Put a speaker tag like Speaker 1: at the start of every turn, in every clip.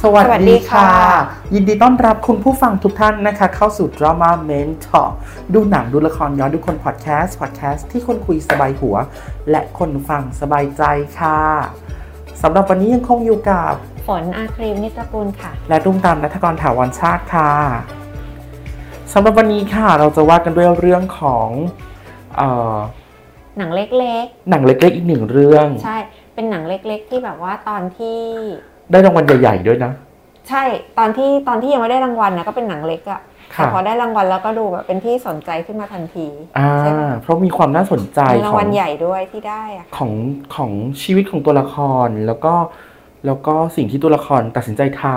Speaker 1: สวัส
Speaker 2: สวัสดี
Speaker 1: ดีค่ะ
Speaker 2: ค่ะ
Speaker 1: ยินดีต้อนรับคุณผู้ฟังทุกท่านนะคะ เข้าสู่ Drama Mentor ดูหนังดูละครย้อนดูคนพอดแคสต์พอดแคสต์ที่คนคุยสบายหัว และคนฟังสบายใจค่ะสำหรับวันนี้ยังคงอยู่กับ
Speaker 2: ฝนอาครีมนิตรกุลค่ะ
Speaker 1: และรุ่งตามนัทกรถาวรชาติค่ะสำหรับวันนี้ค่ะ เราจะว่ากันด้วยเรื่องของเออ
Speaker 2: หนังเล็ก
Speaker 1: หนังเล็กๆอีกหนึ่งเรื่อง
Speaker 2: ๆ ใช่ เป็นหนังเล็กๆ ที่แบบว่าตอนที่
Speaker 1: ได้รางวัลใหญ่ๆด้วยนะ
Speaker 2: ใช่ตอนที่ตอนที่ยังไม่ได้รางวัลนะก็เป็นหนังเล็กอะ
Speaker 1: ค่ะ
Speaker 2: แต่พอได้รางวัลแล้วก็ดูแบบเป็นที่สนใจขึ้นมาทันที
Speaker 1: อ่า
Speaker 2: ใช่ปะ
Speaker 1: เพราะมีความน่าสนใจ
Speaker 2: มีรา
Speaker 1: ข
Speaker 2: ง
Speaker 1: อ
Speaker 2: วัล
Speaker 1: ง
Speaker 2: ใหญ่ด้วยที่ได้อะ
Speaker 1: ของของชีวิตของตัวละครแล้วก็แล้วก็สิ่งที่ตัวละครตัดสินใจท
Speaker 2: ค่ะ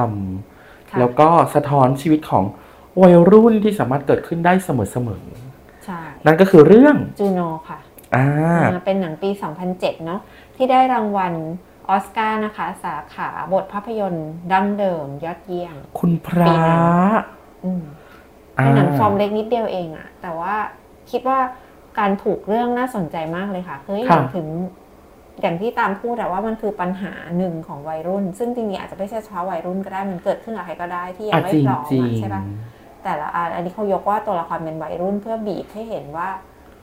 Speaker 1: ำแล้วก็สะท้อนชีวิตของวัยรุ่นที่สามารถเกิดขึ้นได้เสมอ
Speaker 2: ใช่
Speaker 1: ๆนั่นก็คือเรื่อง
Speaker 2: จูโนค่ะ
Speaker 1: อ่า
Speaker 2: มาเป็นหนังปี 2007 เนาะที่ได้รางวัลออสการ์นะคะ สาขาบทภาพยนตร์ดั้งเดิมยอดเยี่ยม
Speaker 1: คุณพระ
Speaker 2: ปีนั้น อืม
Speaker 1: อ่า
Speaker 2: เป็นหนังฟอร์มเล็กนิดเดียวเองอะแต่ว่าคิดว่าการผูกเรื่องน่าสนใจมากเลยค่ะคือให้เห็นถึงอย่างที่ตามพูดแต่ว่ามันคือปัญหาหนึ่งของวัยรุ่น ซึ่งจริงๆอาจจะไม่ใช่เฉพาะวัยรุ่นก็ได้มันเกิดขึ้นกับใครก็ได้ที่ยั
Speaker 1: อ่ะ
Speaker 2: งไม่
Speaker 1: จริง
Speaker 2: พร้อม
Speaker 1: จริง
Speaker 2: อะใช่ปะแต่ละอันอันนี้เขายกว่าตัวละครเป็นวัยรุ่นเพื่อบีบให้เห็นว่า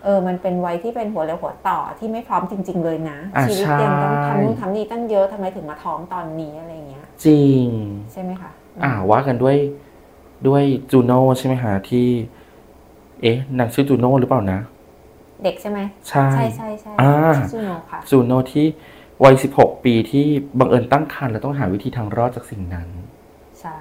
Speaker 2: เออมันเป็นวัยที่เป็นหัวเรียวหัวต่อที่ไม่พร้อมจริง ๆ เลยนะ
Speaker 1: อ่ะ
Speaker 2: ชีวิต
Speaker 1: ใช่
Speaker 2: ยังต้องทำนู่นทำนี่ตั้งเยอะทำไมถึงมาท้องตอนนี้อะไรเงี้ย
Speaker 1: จริง
Speaker 2: ใช่ไหมคะ
Speaker 1: อ่าว่ากันด้วยด้วยจูโน่ใช่ไหมฮะที่ เอ๊ะนางชื่อจูโน่หรือเปล่านะ
Speaker 2: เด็กใช่ไหม
Speaker 1: ใช่
Speaker 2: ใช่ใช่ใช่
Speaker 1: อ่า
Speaker 2: ชื่อโนค่ะ
Speaker 1: จูโน่ที่วัย 16 ปีที่บังเอิญตั้งครรภ์และต้องหาวิธีทางรอดจากสิ่งนั้น
Speaker 2: ใช่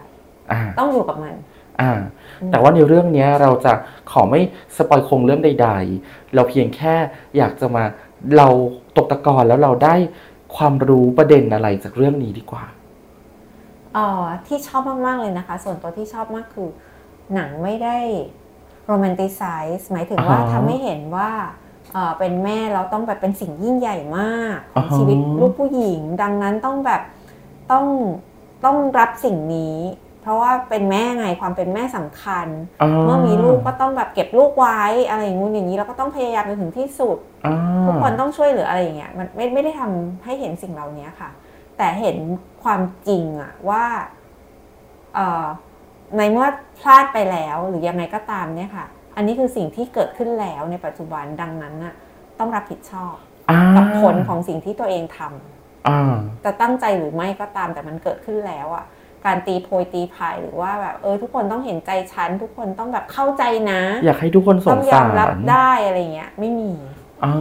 Speaker 1: อ่า
Speaker 2: ต้องอยู่กับมัน
Speaker 1: อ่า
Speaker 2: อืม
Speaker 1: แต่ว่าในเรื่องเนี้ยเราจะขอไม่สปอยโครงเรื่องใด ๆ เราเพียงแค่อยากจะมาเราตกตะกอนแล้วเราได้ความรู้ประเด็นอะไรจากเรื่องนี้ดีกว่า
Speaker 2: เอ่อที่ชอบมากๆเลยนะคะ ส่วนตัวที่ชอบมากคือ หนังไม่ได้โรแมนติไซส์หมายถึงว่า
Speaker 1: อ่าฮะ
Speaker 2: ทำให้เห็นว่าเอ่อเป็นแม่เราต้องแบบเป็นสิ่งยิ่งใหญ่มากของ
Speaker 1: อ่าฮะ
Speaker 2: ชีวิตลูกผู้หญิง ดังนั้นต้องแบบต้องต้องรับสิ่งนี้ เพราะว่าเป็นแม่ไงความเป็นแม่สำคัญ เมื่อมีลูกก็ต้องแบบเก็บลูกไว้อะไรอย่างงู้นอย่างนี้แล้วก็ต้องพยายามจนถึงที่สุด
Speaker 1: อ่า
Speaker 2: ทุกคนต้องช่วยเหลืออะไรอย่างเงี้ยมันไม่ไม่ได้ทำให้เห็นสิ่งเหล่านี้ค่ะ แต่เห็นความจริงอะว่าเอ่อในเมื่อพลาดไปแล้วหรือยังไงก็ตามเนี่ยค่ะ อันนี้คือสิ่งที่เกิดขึ้นแล้วในปัจจุบันดังนั้นน่ะต้องรับผิดชอบ
Speaker 1: อ่า
Speaker 2: กับผลของสิ่งที่ตัวเองทำ
Speaker 1: อ่า
Speaker 2: จะตั้งใจหรือไม่ก็ตามแต่มันเกิดขึ้นแล้วอะการตีโพยตีพายหรือว่าแบบเออทุกคนต้องเห็นใจฉันทุกคนต้องแบบเข้าใจนะ
Speaker 1: อยากให้ทุกคนส
Speaker 2: ต้อง งยอ
Speaker 1: สาม ร
Speaker 2: รับได้อะไรเงี้ยไม่มี
Speaker 1: อ่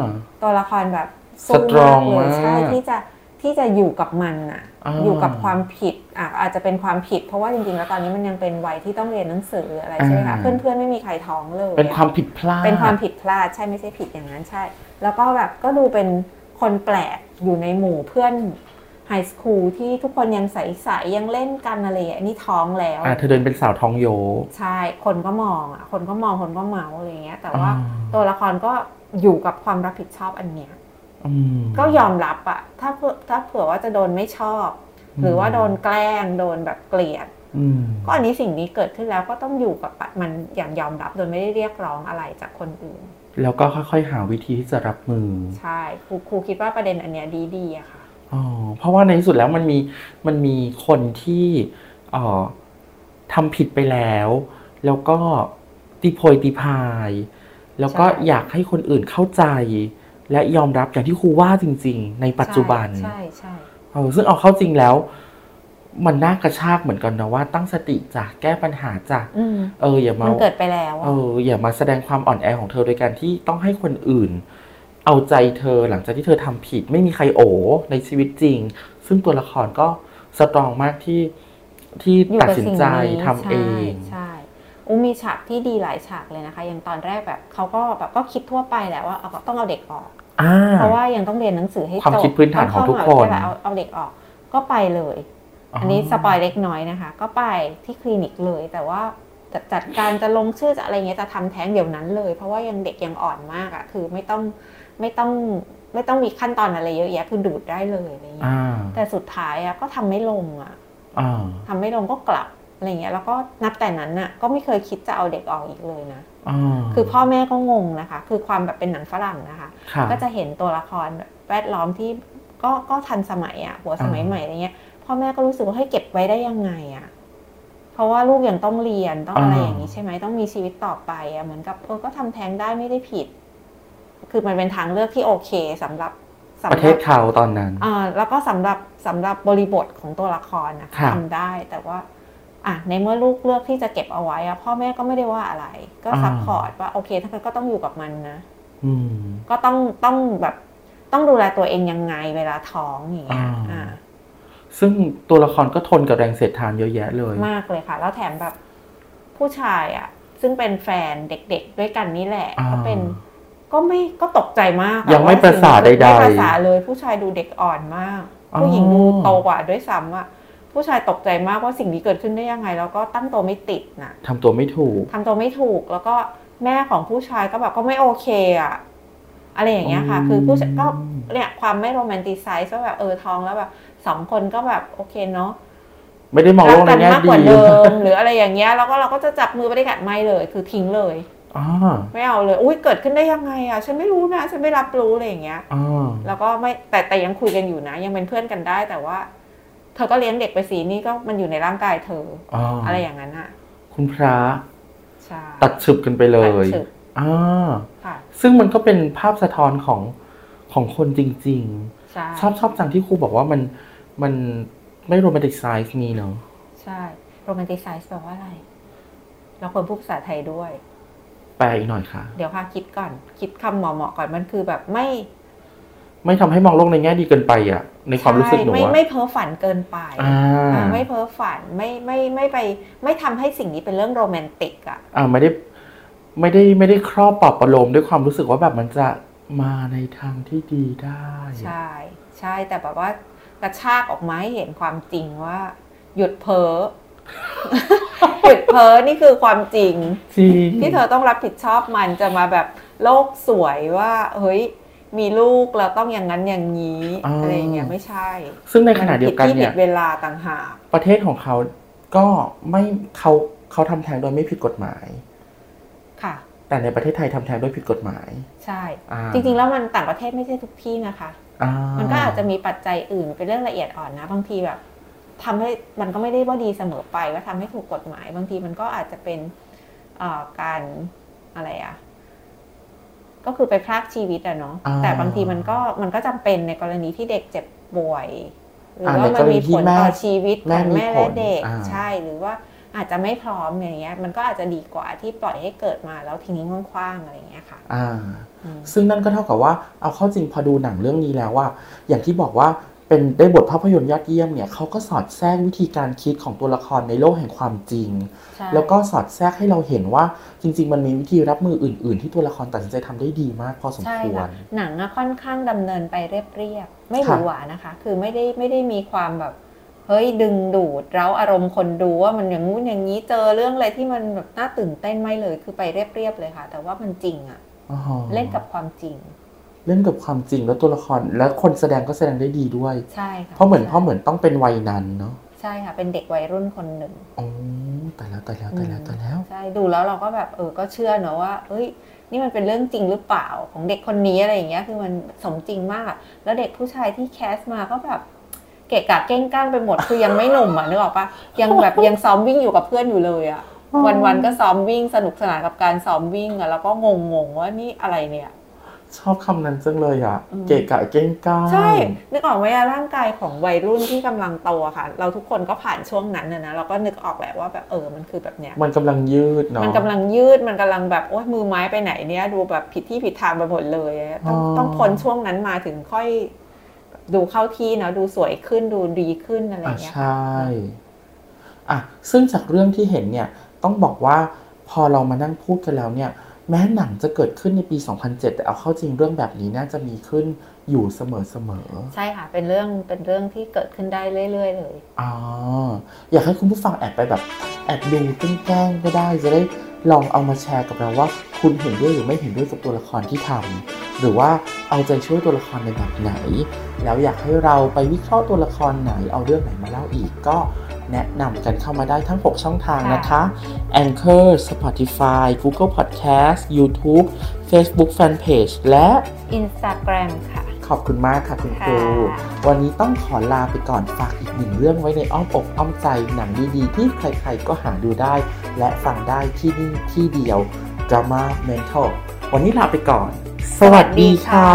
Speaker 1: า
Speaker 2: ตัวละครแบบ
Speaker 1: สตรอง
Speaker 2: มา
Speaker 1: มา
Speaker 2: กเลย
Speaker 1: ก
Speaker 2: ใช่ที่จะที่จะอยู่กับมันอะ
Speaker 1: อ่า
Speaker 2: อยู่กับความผิดอ่ะอาจจะเป็นความผิด เพราะว่าจริงๆแล้วตอนนี้มันยังเป็นวัยที่ต้องเรียนหนังสืออะไรใช่ไหมคะเพื่อนๆไม่มีใครท้องเลย
Speaker 1: เป็นความผิดพลาด
Speaker 2: เป็นความผิดพลาดใช่ไม่ใช่ผิดอย่างนั้นใช่ แล้วก็แบบก็ดูเป็นคนแปลกอยู่ในหมู่เพื่อนไฮสคูลที่ทุกคนยังใสๆยังเล่นกันอะไรอย่างเงี้ยนี่ท้องแล้ว
Speaker 1: อ่าเธอเดินเป็นสาวท้องโย
Speaker 2: ใช่ คนก็มองอ่ะ คนก็มอง คนก็เมาอะไรอย่างเงี้ย แต่ว่า
Speaker 1: อ่า
Speaker 2: ตัวละครก็อยู่กับความรับผิดชอบอันเนี้ย
Speaker 1: อืม
Speaker 2: ก็ยอมรับอะถ้าเผื่อถ้าเผื่อว่าจะโดนไม่ชอบ
Speaker 1: อืม
Speaker 2: หรือว่าโดนแกล้ง โดนแบบเกลียด
Speaker 1: อืม
Speaker 2: ก็อันนี้สิ่งนี้เกิดขึ้นแล้วก็ต้องอยู่กับมันอย่างยอมรับโดยไม่ได้เรียกร้องอะไรจากคนอื่น
Speaker 1: แล้วก็ค่อยๆ หาวิธีที่จะรับมือ
Speaker 2: ใช่ครูครูคิดว่าประเด็นอันเนี้ยดีดีๆอะค่ะ
Speaker 1: อ๋อเพราะว่าในที่สุดแล้วมันมีมันมีคนที่เอ่อทำผิดไปแล้ว แล้วก็ตีโพยตีพาย แล้วก็
Speaker 2: ใช่
Speaker 1: อยากให้คนอื่นเข้าใจ และยอมรับอย่างที่ครูว่าจริง ๆ ในปัจจุบัน
Speaker 2: ใช่ใช่
Speaker 1: เออซึ่งเอาเข้าจริงแล้ว มันน่ากระชากเหมือนกันนะว่าตั้งสติจากแก้ปัญหาจาก
Speaker 2: อืม
Speaker 1: เอออย่ามา
Speaker 2: มันเกิดไปแล้ว
Speaker 1: เออ
Speaker 2: อะ
Speaker 1: อย่ามาแสดงความอ่อนแอของเธอโดยการที่ต้องให้คนอื่น เอาใจเธอหลังจากที่เธอทำผิด ไม่มีใครโอในชีวิตจริง ซึ่งตัวละครก็สตรองมากที่ที่
Speaker 2: อยู่
Speaker 1: ตัด
Speaker 2: กับ
Speaker 1: สิน
Speaker 2: สิ่ง
Speaker 1: ใจ
Speaker 2: นี้
Speaker 1: ทำเอง
Speaker 2: ใช่ใช่อูมีฉากที่ดีหลายฉากเลยนะคะ อย่างตอนแรกแบบเขาก็แบบก็คิดทั่วไปแหละว่าเอาต้องเอาเด็กออก
Speaker 1: อ่า
Speaker 2: เพราะว่ายังต้องเรียนหนังสือให้จบ
Speaker 1: ความคิดพื้นฐานของทุกคน
Speaker 2: เาเข้ามหาวิทยาลัยเอาเอาเด็กออกก็ไปเลย อันนี้สปอยเล็กน้อยนะคะ ก็ไปที่คลินิกเลย แต่ว่าจะจัดการจะลงชื่อจะอะไรเงี้ยจะทำแท้งเดี๋ยวนั้นเลย เพราะว่ายังเด็กยังอ่อนมากอะ่ะคือไม่ต้องไม่ต้องไม่ต้องมีขั้นตอนอะไรเยอะแยะคือดูดได้เลยอะไรเงี้ย
Speaker 1: อ่า
Speaker 2: แต่สุดท้ายอะ่ะก็ทำไม่ลงอะ่ะ
Speaker 1: อ่า
Speaker 2: ทำไม่ลงก็กลับอะไรเงี้ยแล้วก็นับแต่นั้นอ่ะก็ไม่เคยคิดจะเอาเด็กออกอีกเลยนะ
Speaker 1: อ่า
Speaker 2: คือพ่อแม่ก็งงนะคะ คือความแบบเป็นหนังฝรั่งนะคะ
Speaker 1: ค่ะ
Speaker 2: ก็จะเห็นตัวละครแบบแวดล้อมที่ก็ก็ทันสมัยอ่ะหัวสมัย
Speaker 1: อ่า
Speaker 2: ใหม่อะไรเงี้ย พ่อแม่ก็รู้สึกว่าให้ยเก็บไว้ได้ยังไงอะ่ะ เพราะว่าลูกยังต้องเรียนต้องอะไร
Speaker 1: อ่า
Speaker 2: อย่างนี้ใช่ไหมต้องมีชีวิตต่อไปอะ่ะเหมือนกับเออก็ทำแท้งได้ไม่ได้ผิด คือมันเป็นทางเลือกที่โอเคสำหรับสำห
Speaker 1: ประเท
Speaker 2: รั
Speaker 1: ศเขาตอนนั้น
Speaker 2: อ่าแล้วก็สำหรับสำหรับบริบทของตัวละครนะ
Speaker 1: ครั
Speaker 2: คะ
Speaker 1: บ
Speaker 2: ทำได้แต่ว่า อ่ะในเมื่อลูกเลือกที่จะเก็บเอาไว้อะพ่อแม่ก็ไม่ได้ว่าอะไร ก็ซัพพอร์ตว่าโอเคทั้างนั้นก็ต้องอยู่กับมันนะ
Speaker 1: อืม
Speaker 2: ก็ต้องต้องแบบต้องดูแลตัวเองยังไงเวลาท้องอย่างเงี้ย
Speaker 1: อ่า
Speaker 2: อ่า
Speaker 1: ซึ่งตัวละครก็ทนกับแรงเสียดทานเยอะแยะเลย
Speaker 2: มากเลยค่ะ แล้วแถมแบบผู้ชายอ่ะ ซึ่งเป็นแฟนเด็กๆ ด้วยกันนี่แหละ
Speaker 1: อ่า
Speaker 2: ก็เป็น ก็ไม่ก็ตกใจมากอ
Speaker 1: ยังไม่
Speaker 2: ว่
Speaker 1: ประสาท
Speaker 2: สิ่งที่
Speaker 1: ใดๆ
Speaker 2: ไม่ประสาทเลยผู้ชายดูเด็กอ่อนมาก
Speaker 1: อ๋อ
Speaker 2: ผู้หญิงดูโตกว่าด้วยซ้ำอ่ะผู้ชายตกใจมากว่าสิ่งนี้เกิดขึ้นได้ยังไง แล้วก็ตั้งตัวไม่ติดนะ
Speaker 1: ทำตัวไม่ถูก
Speaker 2: ทำตัวไม่ถูกแล้วก็แม่ของผู้ชายก็แบบก็ไม่โอเคอ่ะอะไรอย่างเงี้ยค่ะ
Speaker 1: อืม
Speaker 2: คือผู้ชายก็เนี่ยความไม่โรแมนติไซส์ว่าแบบเออท้องแล้วแบบสองคนก็แบบโอเคเนาะ
Speaker 1: ไม่ได้มอง
Speaker 2: รั
Speaker 1: โล
Speaker 2: ก
Speaker 1: กใน
Speaker 2: กัน
Speaker 1: แง่
Speaker 2: มาก
Speaker 1: ดี
Speaker 2: กว่าเดิ มหรืออะไรอย่างเงี้ยแล้วก็เราก็จะจับมือไปด้วยกันไม่เลย คือทิ้งเลย
Speaker 1: อ่า
Speaker 2: ไม่เอาเลย อุ้ยเกิดขึ้นได้ยังไงอ่ะฉันไม่รู้นะฉันไม่รับรู้อะไรอย่างเงี้ย
Speaker 1: อ่า
Speaker 2: แล้วก็ไม่แต่แต่ยังคุยกันอยู่นะ ยังเป็นเพื่อนกันได้ แต่ว่า เธอก็เลี้ยงเด็กไปสีนี่ก็มันอยู่ในร่างกายเธอ
Speaker 1: อ่า
Speaker 2: อะไรอย่างนั้นอ่ะ
Speaker 1: คุณพระ
Speaker 2: ใช่
Speaker 1: ตัดฉึบกันไปเล
Speaker 2: ตัด
Speaker 1: ย
Speaker 2: ฉึก
Speaker 1: อ่า
Speaker 2: ค่ะ
Speaker 1: ซึ่งมันก็เป็นภาพสะท้อนของของคนจริง
Speaker 2: ใช่
Speaker 1: ๆ ชอบชอบจังที่ครูบอกว่ามันมันไม่โรแมนติกไซส์นี้เนาะ
Speaker 2: ใช่โรแมนติไซส์แปลว่าอะไร เราควรพูดภาษาไทยด้วย
Speaker 1: แปลอีกหน่อยค่ะ
Speaker 2: เดี๋ยวค่ะคิดก่อน คิดคำเหมาะๆก่อนมันคือแบบไม่
Speaker 1: ไม่ทำให้มองโลกในแง่ดีเกินไปอ่ะ ในความรู้สึกหนู
Speaker 2: ใช่ไม่
Speaker 1: อะ
Speaker 2: ไม่เพ้อฝันเกินไป
Speaker 1: อ่า
Speaker 2: อ่าไม่เพ้อฝันไม่ไม่ไม่ไปไม่ทำให้สิ่งนี้เป็นเรื่องโรแมนติกอ่ะ
Speaker 1: อ่าไม่ได้ไม่ได้ไม่ได้ครอบปอบประโลมด้วยความรู้สึกว่าแบบมันจะมาในทางที่ดีได้
Speaker 2: ใช่ใช่แต่แบบว่ากระชากออกมาให้เห็นความจริงว่า หยุดเพ้อ หยุดเพ้อนี่คือความจริง
Speaker 1: จริง
Speaker 2: ที่เธอต้องรับผิดชอบมันจะมาแบบโลกสวยว่า เฮ้ย มีลูกเราต้องอย่างนั้นอย่างนี้
Speaker 1: อ่า
Speaker 2: อะไรอย่างเงี้ยไม่ใช่
Speaker 1: ซึ่งในขณะเดียวกัน
Speaker 2: มัผิที่
Speaker 1: เนี่
Speaker 2: ผิ
Speaker 1: ย
Speaker 2: ดเวลาต่างหาก
Speaker 1: ประเทศของเขาก็ไม่เขาเขาทำแท้งโดยไม่ผิดกฎหมาย
Speaker 2: ค่ะ
Speaker 1: แต่ในประเทศไทยทำแท้งโดยผิดกฎหมาย
Speaker 2: ใช่
Speaker 1: อ่า
Speaker 2: จริงๆแล้วมันต่างประเทศไม่ใช่ทุกที่นะคะ
Speaker 1: อ่า
Speaker 2: มันก็อาจจะมีปัจจัยอื่นเป็นเรื่องละเอียดอ่อนนะ บางทีแบบทำให้มันก็ไม่ได้ว่าดีเสมอไปว่าทำให้ถูกกฎหมาย บางทีมันก็อาจจะเป็นเอ่อการอะไรอะ่ะ ก็คือไปพรากชีวิตอะเนาะแต่บางทีมันก็มันก็จำเป็นในกรณีที่เด็กเจ็บป่วย หรืออา ว่ามันมีผลต่
Speaker 1: ในกรณีที่
Speaker 2: อ
Speaker 1: แม่
Speaker 2: ชีวิตของ
Speaker 1: แม่มี
Speaker 2: แม่และเด็ก
Speaker 1: ผลอ่า
Speaker 2: ใช่หรือว่าอาจจะไม่พร้อมอย่างเงี้ย มันก็อาจจะดีกว่าที่ปล่อยให้เกิดมาแล้วทิ้งคว้างๆอะไรอย่างเงี้ยค่ะ
Speaker 1: อ่า
Speaker 2: อืม
Speaker 1: ซึ่งนั่นก็เท่ากับว่าเอาเข้าจริงพอดูหนังเรื่องนี้แล้วว่า อย่างที่บอกว่าเป็นได้บทภาพยนตร์ยอดเยี่ยมเนี่ยเขาก็สอดแทรกวิธีการคิดของตัวละครในโลกแห่งความจริง
Speaker 2: ใช่
Speaker 1: แล้วก็สอดแทรกให้เราเห็นว่าจริง ๆ มันมีวิธีรับมืออื่น ๆ ที่ตัวละครตัดสินใจทำได้ดีมากพอสม
Speaker 2: ใช่
Speaker 1: คว
Speaker 2: ค่ะ
Speaker 1: ร
Speaker 2: หนังอะค่อนข้างดำเนินไปเรียบๆไม่ห
Speaker 1: ค่ะ
Speaker 2: วือหวานะคะ คือไม่ได้ไม่ได้มีความแบบ เฮ้ยดึงดูดเร้าอารมณ์คนดูว่ามันอย่างงู้นอย่างนี้เจอเรื่องอะไรที่มันแบบน่าตื่นเต้นไม่เลยคือไปเรียบๆเลยค่ะ แต่ว่ามันจริงอะ
Speaker 1: อ๋อ
Speaker 2: เล่นกับความจริง
Speaker 1: เล่นกับความจริงแล้วตัวละครและคนแสดงก็แสดงได้ดีด้วย
Speaker 2: ใช่ค่ะ
Speaker 1: เพราะเหมือนเพ
Speaker 2: ใช่
Speaker 1: ราะเหมือนต้องเป็นวัยนั้นเนาะ
Speaker 2: ใช่ค่ะ เป็นเด็กวัยรุ่นคนหนึ่ง
Speaker 1: โอ้แต่แล้วแต่แล้วแต่แล้วแต่แล้ว
Speaker 2: ใช่ดูแล้วเราก็แบบเออก็เชื่อเนอะว่าเอ้ย นี่มันเป็นเรื่องจริงหรือเปล่าของเด็กคนนี้อะไรอย่างเงี้ยคือมันสมจริงมากอะแล้วเด็กผู้ชายที่แคสมาก็แบบ เกะกะเก้งก้างไปหมดคือยังไม่หนุ่มอ่ะนึกออกปะยังแบบยังซ้อมวิ่งอยู่กับเพื่อนอยู่เลยอ่ะ
Speaker 1: อ๋อ
Speaker 2: วันวันๆก็ซ้อมวิ่งสนุกสนานกับการซ้อมวิ่งอ่ะแล้วก็งงงๆว่านี่อะไรเนี่ย
Speaker 1: ชอบคำนั้นจังเลยอ่ะ
Speaker 2: อืม
Speaker 1: เกะกะเก้งก้าง
Speaker 2: ใช่นึกออกไหมอะร่างกายของวัยรุ่นที่กำลังโตอะค่ะ เราทุกคนก็ผ่านช่วงนั้นนะนะเราก็นึกออกแหละว่าแบบเออมันคือแบบเนี้ย
Speaker 1: มันกำลังยืดเนาะ
Speaker 2: มันกำลังยืดมันกำลังแบบโอ๊ยมือไม้ไปไหนเนี้ยดูแบบผิดที่ผิดทางไปหมดเลยอะต้อง
Speaker 1: อ๋อ
Speaker 2: ต้องพ้นช่วงนั้นมาถึงค่อยดูเข้าที่เนาะดูสวยขึ้นดูดีขึ้นอะไรอ
Speaker 1: อ่ะ
Speaker 2: ย่างเงี้ย
Speaker 1: ใช่ อ่ะ ซึ่งจากเรื่องที่เห็นเนี่ย ต้องบอกว่าพอเรามานั่งพูดกันแล้วเนี่ย แม้หนังจะเกิดขึ้นในปี 2007 แต่เอาเข้าจริงเรื่องแบบนี้น่าจะมีขึ้นอยู่เสมอ
Speaker 2: ใช่ค่ะเป็นเรื่องเป็นเรื่องที่เกิดขึ้นได้เรื่อย ๆ เลย
Speaker 1: ๆอ๋อ อยากให้คุณผู้ฟังแอบไปแบบ แอบดูต้นแกล้งๆก็ได้ จะได้ลองเอามาแชร์กับเราว่า คุณเห็นด้วยหรือไม่เห็นด้วยกับตัวละครที่ทำหรือว่าเอาใจช่วยตัวละครในแบบไหน แล้วอยากให้เราไปวิเคราะห์ตัวละครไหน เอาเรื่องไหนมาเล่าอีกก็แนะนำกันเข้ามาได้ทั้ง 6 ช่องทางนะคะ Anchor Spotify Google Podcast YouTube Facebook Fanpage และ
Speaker 2: Instagram ค่ะ
Speaker 1: ขอบคุณมากค่ะคุณครู
Speaker 2: ค่ะ
Speaker 1: วันนี้ต้องขอลาไปก่อนฝากอีกหนึ่งเรื่องไว้ในอ้อมอกอ้อมใจหนังดีๆ ที่ใครๆก็หาดูได้ และฟังได้ที่นี่ที่เดียว Drama Mental วันนี้ลาไปก่อน สวัสดีค่ะ